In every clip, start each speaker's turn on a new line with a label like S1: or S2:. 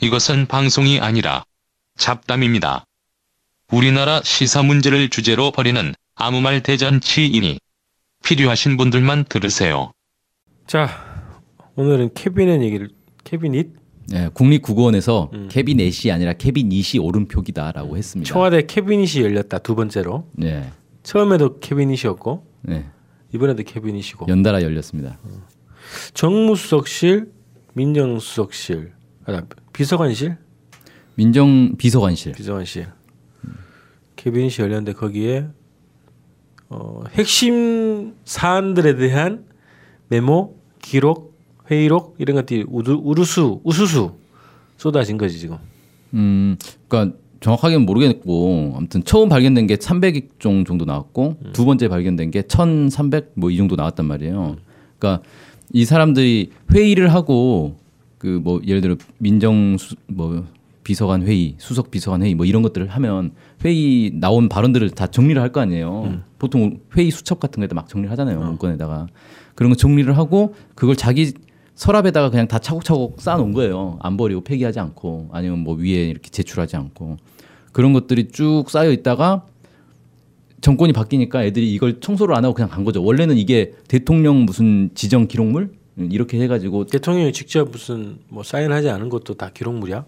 S1: 이것은 방송이 아니라 잡담입니다. 우리나라 시사 문제를 주제로 벌이는 아무 말 대잔치이니 필요하신 분들만 들으세요.
S2: 자, 오늘은 캐비넷 얘기를 캐비닛
S3: 예, 국립국어원에서
S2: 음.
S3: 캐비넷이 아니라 캐비닛이 오름표기다라고 했습니다.
S2: 청와대 캐비닛이 열렸다 두 번째로
S3: 예,
S2: 처음에도 캐비닛이었고
S3: 예,
S2: 이번에도 캐비닛이고
S3: 연달아 열렸습니다.
S2: 정무수석실, 민정수석실, 아, 비서관실,
S3: 민정 비서관실
S2: 비서관실 캐비닛이 열렸는데 거기에 어, 핵심 사안들에 대한 메모, 기록, 회의록 이런 것들이 우두, 우르수, 우수수 쏟아진 거지 지금.
S3: 음, 그러니까 정확하게는 모르겠고 아무튼 처음 발견된 게 300종 정도 나왔고 두 번째 발견된 게 1,300 뭐 이 정도 나왔단 말이에요. 그러니까 이 사람들이 회의를 하고 그 뭐 예를 들어 민정 수, 뭐 비서관 회의, 수석 비서관 회의 뭐 이런 것들을 하면 회의 나온 발언들을 다 정리를 할 거 아니에요. 보통 회의 수첩 같은 거에다 막 정리를 하잖아요. 문건에다가 그런 거 정리를 하고 그걸 자기 서랍에다가 그냥 다 차곡차곡 쌓아놓은 거예요. 안 버리고 폐기하지 않고 아니면 뭐 위에 이렇게 제출하지 않고 그런 것들이 쭉 쌓여 있다가 정권이 바뀌니까 애들이 이걸 청소를 안 하고 그냥 간 거죠. 원래는 이게 대통령 무슨 지정 기록물 음, 이렇게 해가지고
S2: 대통령이 직접 무슨 뭐 사인하지 않은 것도 다 기록물이야?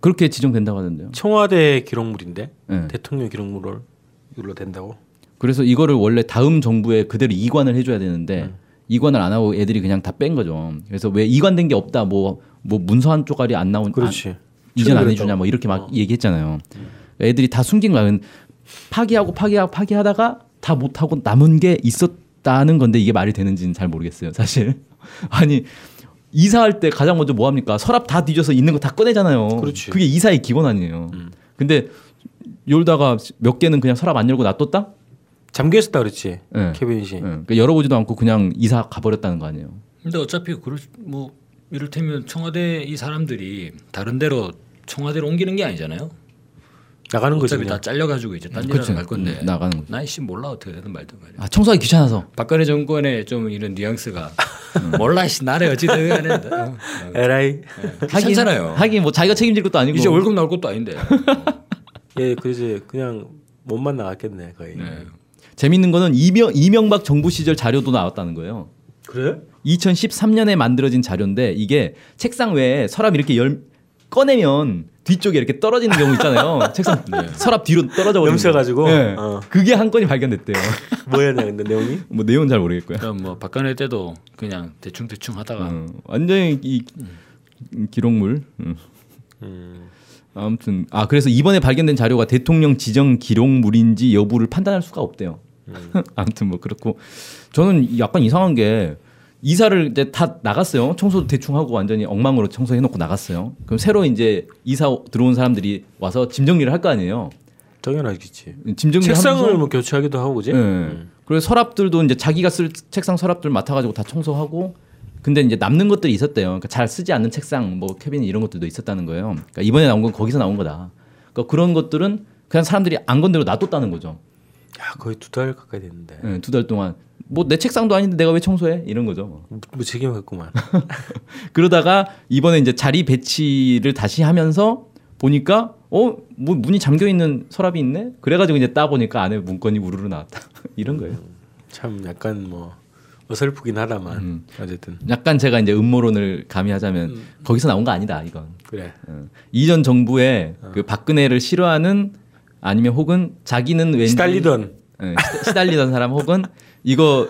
S3: 그렇게 지정된다고 하던데요.
S2: 청와대 기록물인데
S3: 예.
S2: 대통령 기록물을 이걸로 된다고?
S3: 그래서 이거를 원래 다음 정부에 그대로 이관을 해줘야 되는데 이관을 안 하고 애들이 그냥 다 뺀 거죠. 그래서 왜 이관된 게 없다 뭐 뭐 문서 한 쪼가리 안 나온 안,
S2: 그렇지.
S3: 이전
S2: 그랬다고.
S3: 안
S4: 그렇죠.
S3: 해주냐 뭐 이렇게
S4: 어.
S3: 막 얘기했잖아요. 애들이 다 숨긴 거야. 파기하고 파기하고 파기하다가 다 못하고 남은 게 있었다는 건데 이게 말이 되는지는 잘 모르겠어요. 사실 아니 이사할 때 가장 먼저 뭐 합니까? 서랍 다 뒤져서 있는 거 다 꺼내잖아요.
S2: 그렇지.
S3: 그게 이사의 기본 아니에요.
S4: 음.
S3: 근데 열다가 몇 개는 그냥 서랍 안 열고 놔뒀다?
S2: 잠겨 있었다 그랬지.
S3: 예.
S2: 케빈이.
S3: 예, 그러니까 열어보지도 않고 그냥 이사 가버렸다는 거 아니에요.
S4: 근데 어차피 그럴 수- 뭐 이를테면 청와대 이 사람들이 다른 데로 청와대로 옮기는 게 아니잖아요.
S2: 나가는 거지.
S4: 어차피
S2: 그냥.
S4: 다 잘려가지고 이제 딴
S3: 그렇죠.
S4: 데로 갈 건데
S3: 음, 나가는 거죠.
S4: 나이씨 몰라 어떻게 되든 말든 말이야.
S3: 아 청소하기 귀찮아서.
S4: 박근혜 정권의 좀 이런 뉘앙스가 몰라 씨 나를 어찌든 간에
S3: 음.
S4: 어, 어.
S2: LI.
S4: 귀찮잖아요.
S3: 하긴 뭐 자기가 책임질 것도 아니고.
S4: 이제 월급 나올 것도 아닌데
S2: 예, 그래서 그냥 몸만 나갔겠네 거의.
S4: 네.
S3: 재밌는 거는 이명, 이명박 정부 시절 자료도 나왔다는 거예요.
S2: 그래?
S3: 2013년에 만들어진 자료인데 이게 책상 외에 서랍 이렇게 열 꺼내면 뒤쪽에 이렇게 떨어지는 경우 있잖아요. 책상 서랍 뒤로 떨어져 버리는
S2: 네. 넘쳐가지고?
S3: 거. 예.
S2: 어.
S3: 그게 한 건이 발견됐대요.
S2: 뭐였냐 근데 내용이?
S3: 뭐 내용은 잘 모르겠고요.
S4: 그러니까 뭐 박근혜 때도 그냥 대충 대충
S2: 아.
S4: 하다가
S3: 어, 완전히 이 기록물. 음.
S2: 음.
S3: 아무튼 아 그래서 이번에 발견된 자료가 대통령 지정 기록물인지 여부를 판단할 수가 없대요.
S2: 음.
S3: 아무튼 뭐 그렇고 저는 약간 이상한 게 이사를 이제 다 나갔어요. 청소도 대충 하고 완전히 엉망으로 청소해 놓고 나갔어요. 그럼 새로 이제 이사 들어온 사람들이 와서 짐 정리를 할 거 아니에요.
S2: 당연하겠지.
S3: 짐 정리를
S2: 책상을
S3: 하면서
S2: 뭐 교체하기도 하고 그지?
S3: 예. 그리고 서랍들도 이제 자기가 쓸 책상 서랍들 맡아가지고 다 청소하고 근데 이제 남는 것들이 있었대요. 그러니까 잘 쓰지 않는 책상, 뭐 캐빈 이런 것들도 있었다는 거예요. 그러니까 이번에 나온 건 거기서 나온 거다. 그러니까 그런 것들은 그냥 사람들이 안 건드려 놔뒀다는 거죠. 예,
S2: 야 거의 두 달 가까이 됐는데
S3: 두 달 동안 뭐 내 책상도 아닌데 내가 왜 청소해? 이런 거죠. 뭐.
S2: 뭐 무책임했구만.
S3: 그러다가 이번에 이제 자리 배치를 다시 하면서 보니까 어, 뭐 문이 잠겨 있는 서랍이 있네. 그래가지고 이제 따 보니까 안에 문건이 우르르 나왔다. 이런 거예요.
S2: 참 약간 뭐 어설프긴 하다만
S3: 음.
S2: 어쨌든
S3: 약간 제가 이제 음모론을 가미하자면 거기서 나온 거 아니다 이건
S2: 그래.
S3: 어. 이전 정부의
S2: 어.
S3: 그 박근혜를 싫어하는 아니면 혹은 자기는 왠지
S2: 시달리던
S3: 예, 시- 시달리던 사람 혹은 이거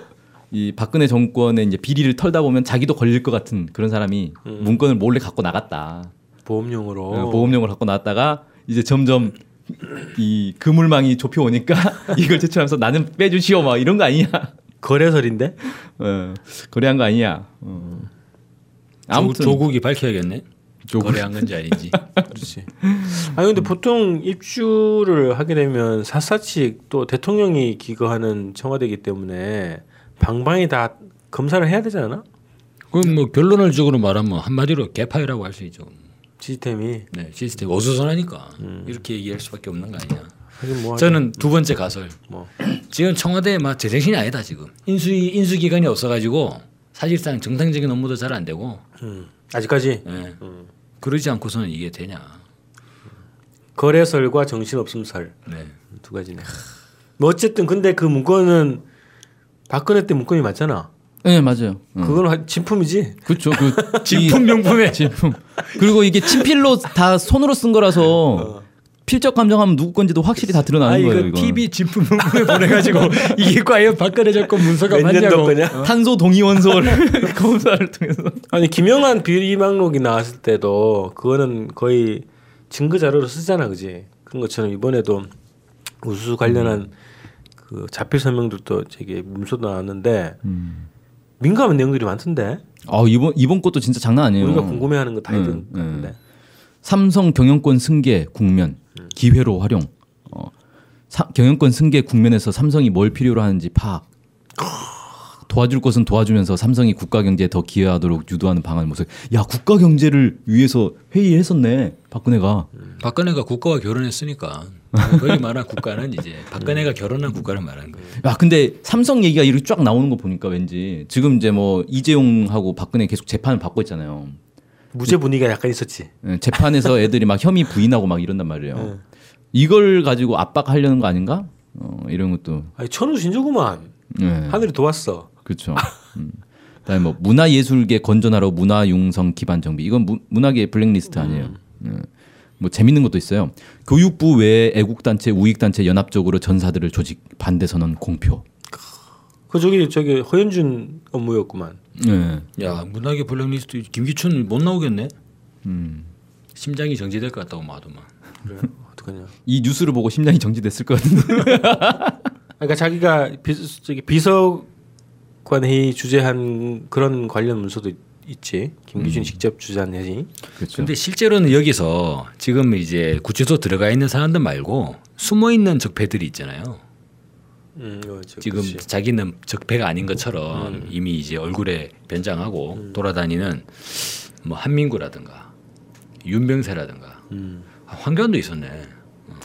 S3: 이 박근혜 정권의 이제 비리를 털다 보면 자기도 걸릴 것 같은 그런 사람이
S2: 음.
S3: 문건을 몰래 갖고 나갔다
S2: 보험용으로
S3: 어, 보험용을 갖고 나왔다가 이제 점점 이 그물망이 좁혀 오니까 이걸 제출하면서 나는 빼주시오 막 이런 거 아니냐
S2: 거래설인데
S3: 어, 거래한 거 아니냐 어. 아무튼
S4: 조국이 밝혀야겠네
S3: 조국.
S4: 거래한 건지 아닌지
S2: 그렇지. 아니 근데 보통 입주를 하게 되면 샅샅이 또 대통령이 기거하는 청와대이기 때문에 방방이 다 검사를 해야 되지 않아?
S4: 그럼 뭐 결론을 적으로 말하면 한마디로 개파이라고 할 수 있죠
S2: 시스템이
S4: 네 시스템 어수선하니까 이렇게 얘기할 수밖에 없는 거 아니냐
S2: 하긴 뭐 하긴
S4: 저는 두 번째 가설
S2: 뭐
S4: 지금 청와대 막 제정신이 아니다 지금 인수 인수 기간이 없어가지고 사실상 정상적인 업무도 잘 안 되고
S2: 음. 아직까지
S4: 예. 그러지 않고서는 이게 되냐.
S2: 거래설과 정신없음설
S4: 네.
S2: 두 가지네. 뭐 어쨌든 근데 그 문건은 박근혜 때 문건이 맞잖아.
S3: 네 맞아요.
S2: 그건 화- 진품이지.
S3: 그렇죠. 그
S4: 진품 명품에
S3: 진품. 그리고 이게 친필로 다 손으로 쓴
S4: 어.
S3: 거라서 필적 감정하면 누구 건지도 확실히 다 드러나는
S2: 아, 이거
S3: 거예요. 이거
S4: TV 그 진품 명품에 보내가지고 이게 과연 박근혜 정권 문서가
S2: 몇년
S4: 맞냐고.
S2: 거냐?
S3: 그 탄소 동의원서를 검사를 통해서.
S2: 아니 김영한 비리 막록이 나왔을 때도 그거는 거의 증거 자료로 쓰잖아, 그지? 그런 것처럼 이번에도 우수 관련한 그 자필 설명들도 되게 문서 나왔는데 민감한 내용들이 많던데
S3: 아 이번 이번 것도 진짜 장난 아니에요.
S2: 우리가 궁금해하는 거다
S3: 음,
S2: 있던 건데
S3: 삼성 경영권 승계 국면 기회로 활용. 어, 사- 경영권 승계 국면에서 삼성이 뭘 필요로 하는지 파악. 도와줄 것은 도와주면서 삼성이 국가 경제에 더 기여하도록 유도하는 방안 모색. 야 국가 경제를 위해서 회의했었네 박근혜가.
S4: 박근혜가 국가와 결혼했으니까 거기 말한 국가는 이제 박근혜가 결혼한 국가를 말하는 거예요.
S3: 야 근데 삼성 얘기가 이렇게 쫙 나오는 거 보니까 왠지 지금 이제 뭐 이재용하고 박근혜 계속 재판을 받고 있잖아요.
S2: 무죄 분위기가 약간 있었지.
S3: 예, 재판에서 애들이 막 혐의 부인하고 막 이런단 말이에요.
S2: 네.
S3: 이걸 가지고 압박하려는 거 아닌가? 어, 이런 것도
S2: 아니 천우 진조구만
S3: 예,
S2: 하늘이 도왔어.
S3: 그렇죠. 음. 그다음에 뭐 문화예술계 건전화로 문화융성 기반 정비 이건 무- 문화계 블랙리스트 아니에요.
S2: 음.
S3: 예. 뭐 재밌는 것도 있어요. 교육부 외에 애국단체, 우익단체 연합적으로 전사들을 조직 반대 선언 공표.
S2: 그 저기 저기 허현준 업무였구만.
S3: 예.
S2: 네.
S4: 야 문학의 블랙리스트 김기춘 못 나오겠네.
S3: 음.
S4: 심장이 정지될 것 같다고 마도만.
S2: 그래 어떡하냐.
S3: 이 뉴스를 보고 심장이 정지됐을 것 같은데.
S2: 그러니까 자기가 비, 저기 비서관 회의 주재한 그런 관련 문서도 있- 있지. 김기준 직접 주재한 회의.
S3: 그렇죠.
S4: 근데 실제로는 여기서 지금 이제 구치소 들어가 있는 사람들 말고 숨어 있는 적폐들이 있잖아요.
S2: 음, 어, 저,
S4: 지금
S2: 그치.
S4: 자기는 적폐가 아닌 것처럼 이미 이제 얼굴에 변장하고 돌아다니는 뭐 한민구라든가 윤병세라든가
S2: 음,
S4: 아, 황교안도 있었네.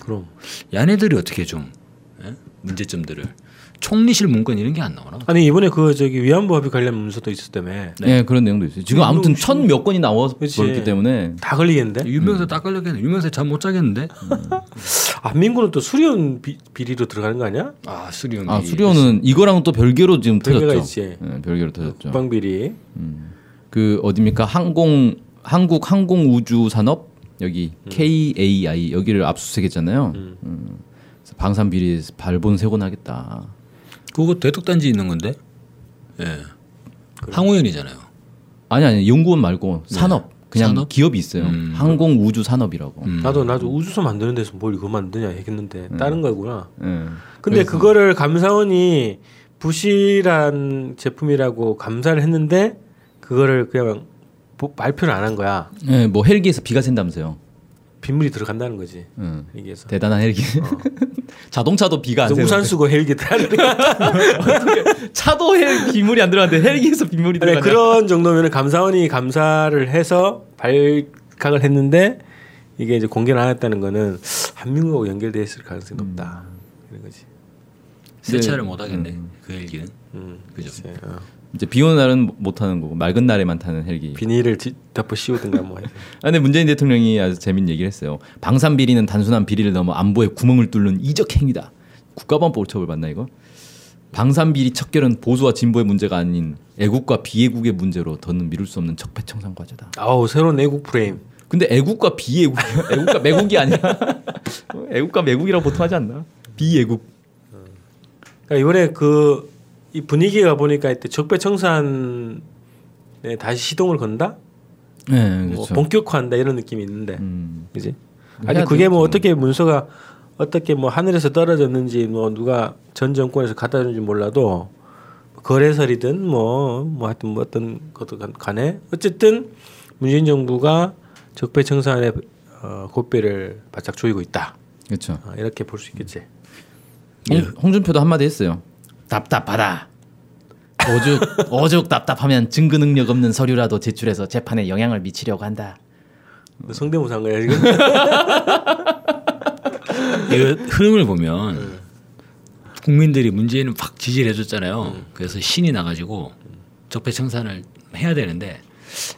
S2: 그럼.
S4: 야네들이 어떻게 좀 예? 문제점들을 총리실 문건 이런 게 안 나오나?
S2: 아니 이번에 그 저기 위안부 합의 관련 문서도 있었다며.
S3: 예, 그런 내용도 있어요. 지금 아무튼 천 몇 건이 나와서
S2: 네. 그치.
S3: 그렇기 때문에
S2: 다
S3: 네?
S2: 걸리겠는데?
S4: 유명세
S3: 음.
S4: 딱 걸렸겠네. 유명세 잠못 자겠는데?
S2: 아, 안민구는 또 수리원 비, 비리로 들어가는 거 아니야?
S4: 아 수리온.
S3: 아 수리온은 이거랑 또 별개로 지금
S2: 별개가
S3: 터졌죠.
S2: 있지. 네.
S3: 예, 별개로 터졌죠.
S2: 국방 비리.
S3: 그 어딥니까 항공 한국 항공 우주 산업 여기 KAI 여기를 압수수색했잖아요. 음. 그래서 방산 비리 발본 세곤하겠다.
S4: 그거 대tuk단지 있는 건데. 예. 항우연이잖아요.
S3: 아니 아니 연구원 말고 산업 그냥
S4: 산업?
S3: 기업이 있어요.
S4: 음.
S3: 항공 우주 산업이라고.
S4: 음.
S2: 나도 나도 우주선 만드는 데서 뭘 이거 만드냐 했는데 다른 거구나.
S3: 예.
S2: 근데 그거를 감사원이 부실한 제품이라고 감사를 했는데 그거를 그냥 보- 발표를 안 한 거야.
S3: 예, 뭐 헬기에서 비가 샌다면서요.
S2: 빗물이 들어간다는 거지.
S3: 음.
S2: 여기에서.
S3: 대단한 헬기. 자동차도 비가 안
S2: 그래서
S3: 새는
S2: 우산 쓰고 헬기 타는 거야.
S3: 차도 헬 비물이 안 들어갔는데 헬기에서 비물이
S2: 네,
S3: 들어갔냐.
S2: 그런 정도면 감사원이 감사를 해서 발각을 했는데 이게 이제 공개를 안 했다는 거는 한민국하고 연결돼 있을 가능성이 높다. 이런 거지.
S4: 세차를 못 하겠네. 그 헬기는.
S2: 음,
S4: 그죠.
S2: 글쎄, 어.
S3: 이제 비 오는 날은 못 타는 거고 맑은 날에만 타는 헬기.
S2: 비닐을 뒤- 덮어 씌우든가 뭐.
S3: 아, 근데 문재인 대통령이 아주 재밌는 얘기를 했어요. 방산 비리는 단순한 비리를 넘어 안보에 구멍을 뚫는 이적 행위다. 국가범법 처벌 받나 이거? 방산 비리 척결은 보수와 진보의 문제가 아닌 애국과 비애국의 문제로 더는 미룰 수 없는 적폐청산 과제다.
S2: 아우 새로운 내국 프레임.
S3: 근데 애국과 비애국, 애국과 매국이 아니라 애국과 매국이라고 보통 하지 않나? 비애국.
S2: 그러니까 이번에 그 이 분위기가 보니까 이때 적폐청산에 다시 시동을 건다,
S3: 네,
S2: 뭐 본격화한다 이런 느낌이 있는데,
S3: 음,
S2: 그지?
S3: 해야
S2: 아니 그게 뭐
S3: 되겠죠.
S2: 어떻게 문서가 어떻게 뭐 하늘에서 떨어졌는지 뭐 누가 전 정권에서 갖다 준지 몰라도 거래설이든 뭐 뭐 하여튼 뭐 어떤 것도 간- 간에 어쨌든 문재인 정부가 적폐청산의 어, 고삐를 바짝 조이고 있다
S3: 그렇죠.
S2: 어, 이렇게 볼 수 있겠지.
S3: 음. 홍, 홍준표도 한마디 했어요. 답답하다. 오죽 오죽 답답하면 증거 능력 없는 서류라도 제출해서 재판에 영향을 미치려고 한다.
S2: 너 성대모사 한 거야 지금?
S4: 이거 흐름을 보면 국민들이 문재인은 확 지지를 해줬잖아요. 그래서 신이 나가지고 적폐청산을 해야 되는데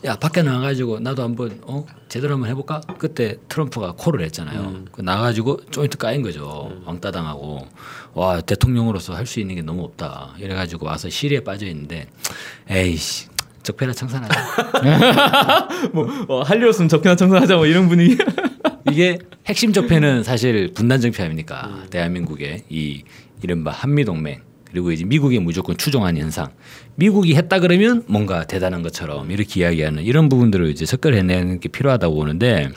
S4: 야 밖에 나가가지고 나도 한번 어 제대로 한번 해볼까? 그때 트럼프가 콜을 했잖아요. 그 나가가지고 조인트 까인 거죠. 왕따 당하고 와 대통령으로서 할 수 있는 게 너무 없다. 이래가지고 와서 시리에 빠져 있는데 에이씨 적폐나 청산하자.
S3: 뭐 어, 한류였으면 적폐나 청산하자 뭐 이런 분위기.
S4: 이게 핵심 적폐는 사실 분단 정폐 아닙니까? 대한민국의 이 이른바 한미 동맹 그리고 이제 미국이 무조건 추종하는 현상. 미국이 했다 그러면 뭔가 대단한 것처럼 이렇게 이야기하는 이런 부분들을 이제 석결해내는 게 필요하다고 보는데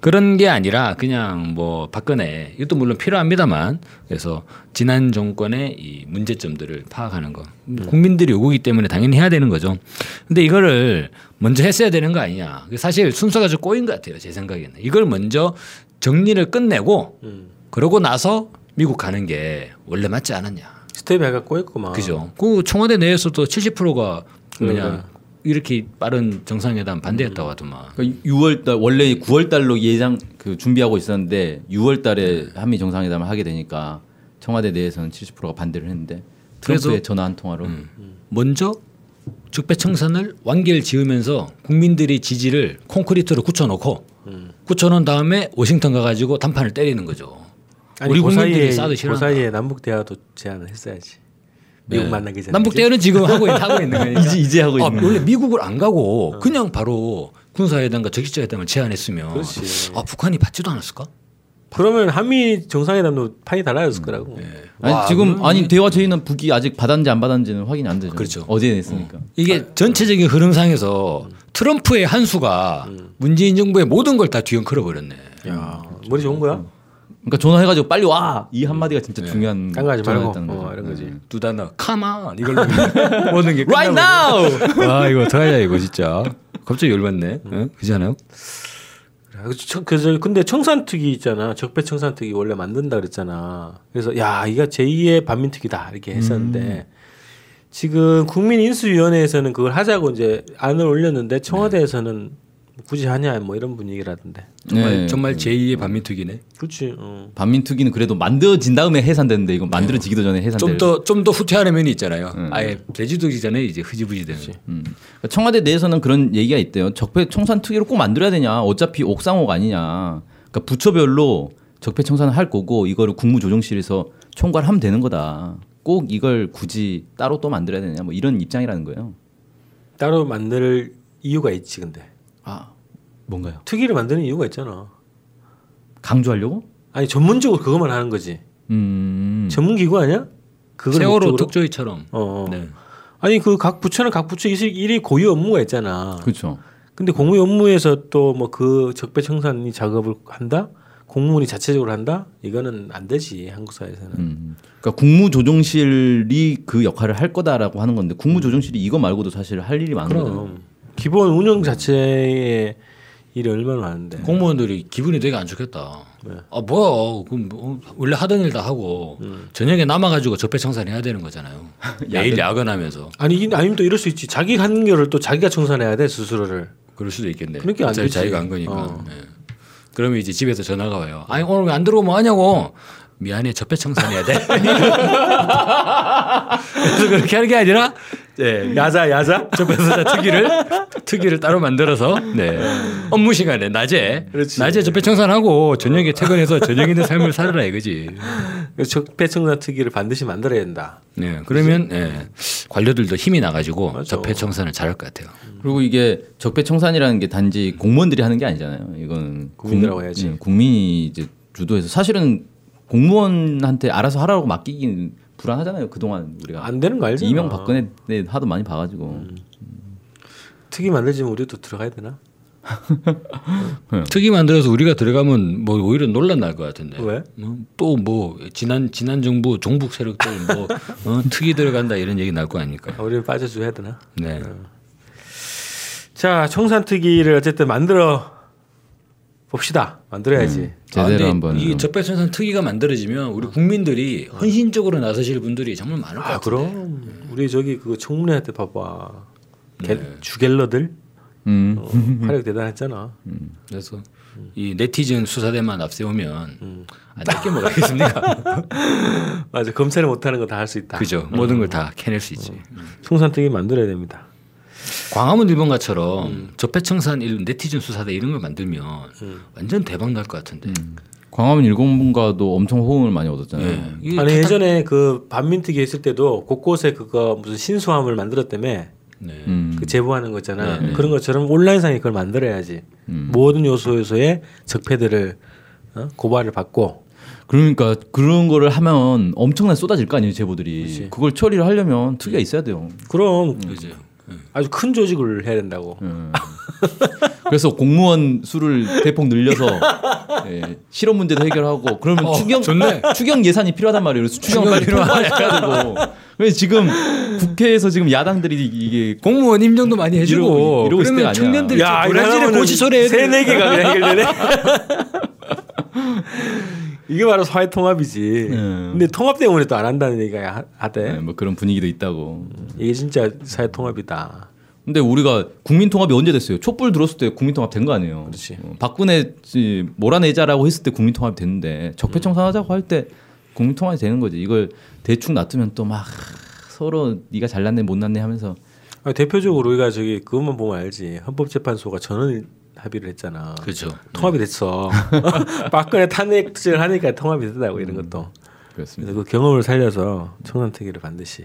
S4: 그런 게 아니라 그냥 뭐 박근혜 이것도 물론 필요합니다만 그래서 지난 정권의 이 문제점들을 파악하는 거
S2: 네.
S4: 국민들이 요구기 때문에 당연히 해야 되는 거죠. 근데 이거를 먼저 했어야 되는 거 아니냐. 사실 순서가 좀 꼬인 것 같아요. 제 생각에는. 이걸 먼저 정리를 끝내고
S2: 음.
S4: 그러고 나서 미국 가는 게 원래 맞지 않았냐.
S2: 스텝이 약간 꼬였구만.
S4: 그죠. 그 청와대 내에서도 70%가
S2: 아. 그러네.
S4: 그냥 이렇게 빠른 정상회담 반대했다고 하더만.
S3: 그러니까 6월 달 원래 9월 달로 예장 그 준비하고 있었는데 6월 달에 한미 정상회담을 하게 되니까 청와대 내에서는 70%가 반대를 했는데 트럼프의
S4: 그래서- 음.
S3: 전화 한 통화로
S4: 먼저 적폐청산을 완결 지으면서 국민들이 지지를 콘크리트로 굳혀놓고 굳혀놓은 다음에 워싱턴 가가지고 단판을 때리는 거죠.
S2: 아니,
S4: 우리
S2: 그
S4: 국민들이
S2: 사이에,
S4: 싸도
S2: 그
S4: 싫어한다.
S2: 사이에 남북 대화도 제안을 했어야지. 미국 네. 만나기 전에.
S4: 네. 남북 대화는 지금 하고 있- 하고 있는 거니까.
S3: 이제- 이제 하고
S4: 아,
S3: 있는
S4: 원래 미국을 안 가고
S2: 어.
S4: 그냥 바로 군사회담과 적시자회담을 제안했으면
S2: 그렇지.
S4: 아 북한이 받지도 않았을까?
S2: 그러면 한미 정상회담도 판이 달라졌을
S4: 음,
S2: 거라고.
S3: 아니
S4: 와,
S3: 지금
S4: 그건-
S3: 아니 대화 제의는 북이 아직 받았는지 안 받았는지는 확인이 안 되죠.
S4: 그렇죠.
S3: 어제 냈으니까.
S4: 이게
S2: 아,
S4: 전체적인 흐름상에서
S2: 음.
S4: 트럼프의 한 수가 문재인 정부의 모든 걸 다 뒤엉켜 버렸네.
S2: 야 음, 머리 좋은 거야?
S4: 음,
S3: 그러니까 전화해가지고 빨리 와 이 한마디가 진짜
S4: 음,
S3: 중요한
S2: 딴거 하지 말고.
S3: 전화였다는 거죠.
S2: 어, 이런 거지.
S3: 네.
S4: 두 단어 카마 이걸로 모든 게
S3: Right now.
S4: 아 이거 어떡하냐 이거 진짜 갑자기 열받네. 응? 그지 않아요?
S2: 그래. 그 청- 그래서 근데 청산특위 있잖아. 적폐 청산특위 원래 만든다 그랬잖아. 그래서 야 이가 제2의 반민특위다 이렇게 했었는데
S4: 음.
S2: 지금 국민인수위원회에서는 그걸 하자고 이제 안을 올렸는데 청와대에서는
S4: 네.
S2: 굳이 하냐 뭐 이런 분위기라던데.
S4: 정말
S3: 네.
S4: 정말 제2의 반민특위네.
S2: 그렇지. 어.
S3: 반민특위는 그래도 만들어진 다음에 해산됐는데 이건 만들어지기도 전에 해산될.
S4: 좀 더 좀 더 후퇴하는 면이 있잖아요. 아예 돼지되기 전에 이제 흐지부지 되는.
S3: 음. 그러니까 청와대 내에서는 그런 얘기가 있대요. 적폐 청산 특위를 꼭 만들어야 되냐. 어차피 옥상옥 아니냐. 그러니까 부처별로 적폐 청산을 할 거고 이거를 국무조정실에서 총괄하면 되는 거다. 꼭 이걸 굳이 따로 또 만들어야 되냐. 뭐 이런 입장이라는 거예요.
S2: 따로 만들 이유가 있지 근데
S3: 아 뭔가요?
S2: 특위를 만드는 이유가 있잖아.
S3: 강조하려고?
S2: 아니 전문적으로 그것만 하는 거지.
S3: 음.
S2: 전문기구 아니야? 그걸
S4: 세월호
S2: 목적으로?
S4: 특조위처럼.
S2: 어. 어.
S4: 네.
S2: 아니 그 각 부처는 각 부처 일이 고유 업무가 있잖아.
S3: 그렇죠.
S2: 근데 공무원 업무에서 또 뭐 그 적폐 청산이 작업을 한다? 공무원이 자체적으로 한다? 이거는 안 되지 한국 사회에서는.
S3: 음. 그러니까 국무조정실이 그 역할을 할 거다라고 하는 건데 국무조정실이 이거 말고도 사실 할 일이 많은 거잖아요.
S2: 그럼 음. 기본 운영 자체의 일이 얼마나 많은데.
S4: 공무원들이 기분이 되게 안 좋겠다. 아 뭐야? 그럼 뭐, 원래 하던 일 다 하고 저녁에 남아가지고 적폐 청산해야 되는 거잖아요. 매일 야근하면서
S2: 아니 이- 아니면 또 이럴 수 있지. 자기 한결을 또 자기가 청산해야 돼 스스로를.
S4: 그럴 수도 있겠네.
S2: 그러니까 안
S4: 어차피
S2: 되지.
S4: 자기가 한 거니까.
S2: 어.
S4: 예. 그러면 이제 집에서 전화가 와요. 아니 오늘 왜 안 들어오고 뭐 하냐고. 미안해 적폐 청산해야 돼. 그래서 그렇게 하는 게 아니라 예, 야자 야자 적폐청산 특위를 특위를 따로 만들어서 네. 업무 시간에 낮에 낮에 적폐 청산하고 저녁에 퇴근해서 저녁인의 삶을 살아라 이거지.
S2: 그래서 적폐 청산 특위를 반드시 만들어야 된다.
S4: 네, 그러면 예, 관료들도 힘이 나가지고
S2: 맞아.
S4: 적폐 청산을 잘할 것 같아요.
S3: 그리고 이게 적폐 청산이라는 게 단지 공무원들이 하는 게 아니잖아요. 이건
S2: 국민이라고
S3: 국-
S2: 그 해야지.
S3: 예, 국민이 이제 주도해서 사실은 공무원한테 알아서 하라고 맡기긴 불안하잖아요. 그동안 우리가
S2: 안 음. 되는 거 알지?
S3: 이명 박근혜 때 하도 많이 봐가지고
S2: 특위 만들지면 우리도 들어가야 되나?
S4: 특이 만들어서 우리가 들어가면 뭐 오히려 논란 날 것 같은데.
S3: 네.
S2: 왜?
S4: 또 뭐 지난 지난 정부 종북 세력들 뭐 어, 특이 들어간다 이런 얘기 날 거 아닙니까?
S2: 아, 우리는 빠져줘야 되나?
S4: 네.
S2: 자 청산 특위를 어쨌든 만들어 봅시다. 만들어야지.
S3: 제대로
S4: 아, 근데
S3: 한번
S4: 이 적폐청산 특위가 만들어지면 우리 국민들이 헌신적으로 나서실 분들이 정말 많을 것
S2: 아
S4: 같아요.
S2: 그럼
S3: 네.
S2: 우리 저기 그 청문회 할 때 봐봐 게- 주갤러들
S3: 음.
S2: 어, 활약 대단했잖아
S4: 그래서 이 네티즌 수사대만 앞세우면 아, 짧게 뭐 하겠습니까?
S2: 맞아 검사를 못하는 거 다 할 수 있다
S4: 그죠. 모든 걸 다 캐낼 수 있지. 음.
S2: 총산특위 만들어야 됩니다
S4: 광화문 일본가처럼 적폐청산 일 네티즌 수사대 이런 걸 만들면 완전 대박 날 것 같은데.
S3: 광화문 일공문과도 엄청 호응을 많이 얻었잖아요.
S2: 네.
S3: 음.
S4: 예. 이게
S2: 아니
S4: 탈당-
S2: 예전에 그 반민특위 있을 때도 곳곳에 그거 무슨 신수함을 만들었다며
S4: 네.
S3: 음. 네,
S2: 그 제보하는 거 있잖아 그런 것처럼 온라인상에 그걸 만들어야지
S3: 음.
S2: 모든 요소에서의 적폐들을 어? 고발을 받고
S3: 그러니까 그런 거를 하면 엄청나게 쏟아질 거 아니에요 제보들이. 그걸 처리를 하려면 특위가 있어야 돼요.
S2: 그럼
S4: 그죠.
S2: 아주 큰 조직을 해야 된다고
S3: 음. 그래서 공무원 수를 대폭 늘려서 예, 실업 문제도 해결하고 그러면
S4: 어,
S3: 추경
S4: 좋네.
S3: 추경 예산이 필요하단 말이에요. 그래서 추경을 빨리 통과해야 되고. 그래서 지금 국회에서 지금 야당들이 이게
S4: 공무원 임정도 많이 해주고
S3: 이러고- 이러고 있을 때가 아니야.
S4: 그러면 청년들이
S2: 야,
S4: 브라질에
S2: 이러면은
S4: 고시설에
S2: 세네 개가 그냥 해결되네. 이게 바로 사회 통합이지.
S3: 음.
S2: 근데 통합 때문에 또 안 한다는 얘기가 하- 하대.
S3: 예, 뭐 그런 분위기도 있다고.
S2: 이게 진짜 사회 통합이다.
S3: 근데 우리가 국민 통합이 언제 됐어요? 촛불 들었을 때 국민 통합 된 거 아니에요.
S2: 그렇지.
S3: 어, 박근혜 씨 몰아내자라고 했을 때 국민 통합이 됐는데 적폐청산하자고 할 때 국민 통합이 되는 거지. 이걸 대충 놔두면 또 막 서로 네가 잘났네 못났네 하면서
S2: 아니, 대표적으로 우리가 저기 그것만 보면 알지. 헌법재판소가 전원 합의를 했잖아.
S4: 그렇죠.
S2: 통합이
S3: 네.
S2: 됐어. 박근혜 탄핵 투쟁을 하니까 통합이 됐다고
S3: 음,
S2: 이런 것도.
S3: 그렇습니다.
S2: 그래서 그 경험을 살려서 청산특위를 반드시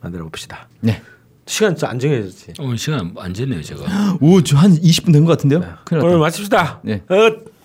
S2: 만들어 봅시다.
S3: 네.
S2: 시간 진짜 안 정해졌지.
S4: 오늘 어, 시간 안 쟀네요 제가.
S3: 오, 저 한 20분 된 것 같은데요? 큰일
S2: 오늘
S3: 났다.
S2: 마칩시다.
S3: 네.
S2: 엇!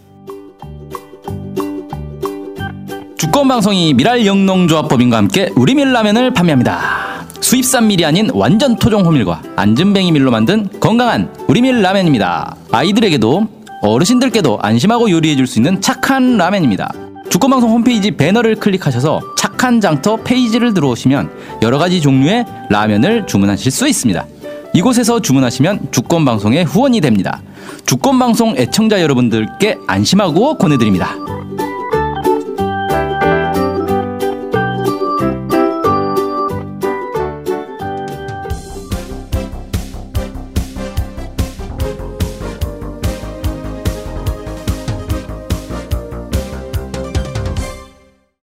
S3: 주권 방송이 미랄 영농조합법인과 함께 우리 밀라면을 판매합니다. 수입산 밀이 아닌 완전 토종 호밀과 안전뱅이 밀로 만든 건강한 우리 밀 라면입니다. 아이들에게도 어르신들께도 안심하고 요리해 줄 수 있는 착한 라면입니다. 주권 방송 홈페이지 배너를 클릭하셔서 착한 장터 페이지를 들어오시면 여러 가지 종류의 라면을 주문하실 수 있습니다. 이곳에서 주문하시면 주권 방송의 후원이 됩니다. 주권 방송 애청자 여러분들께 안심하고 권해드립니다.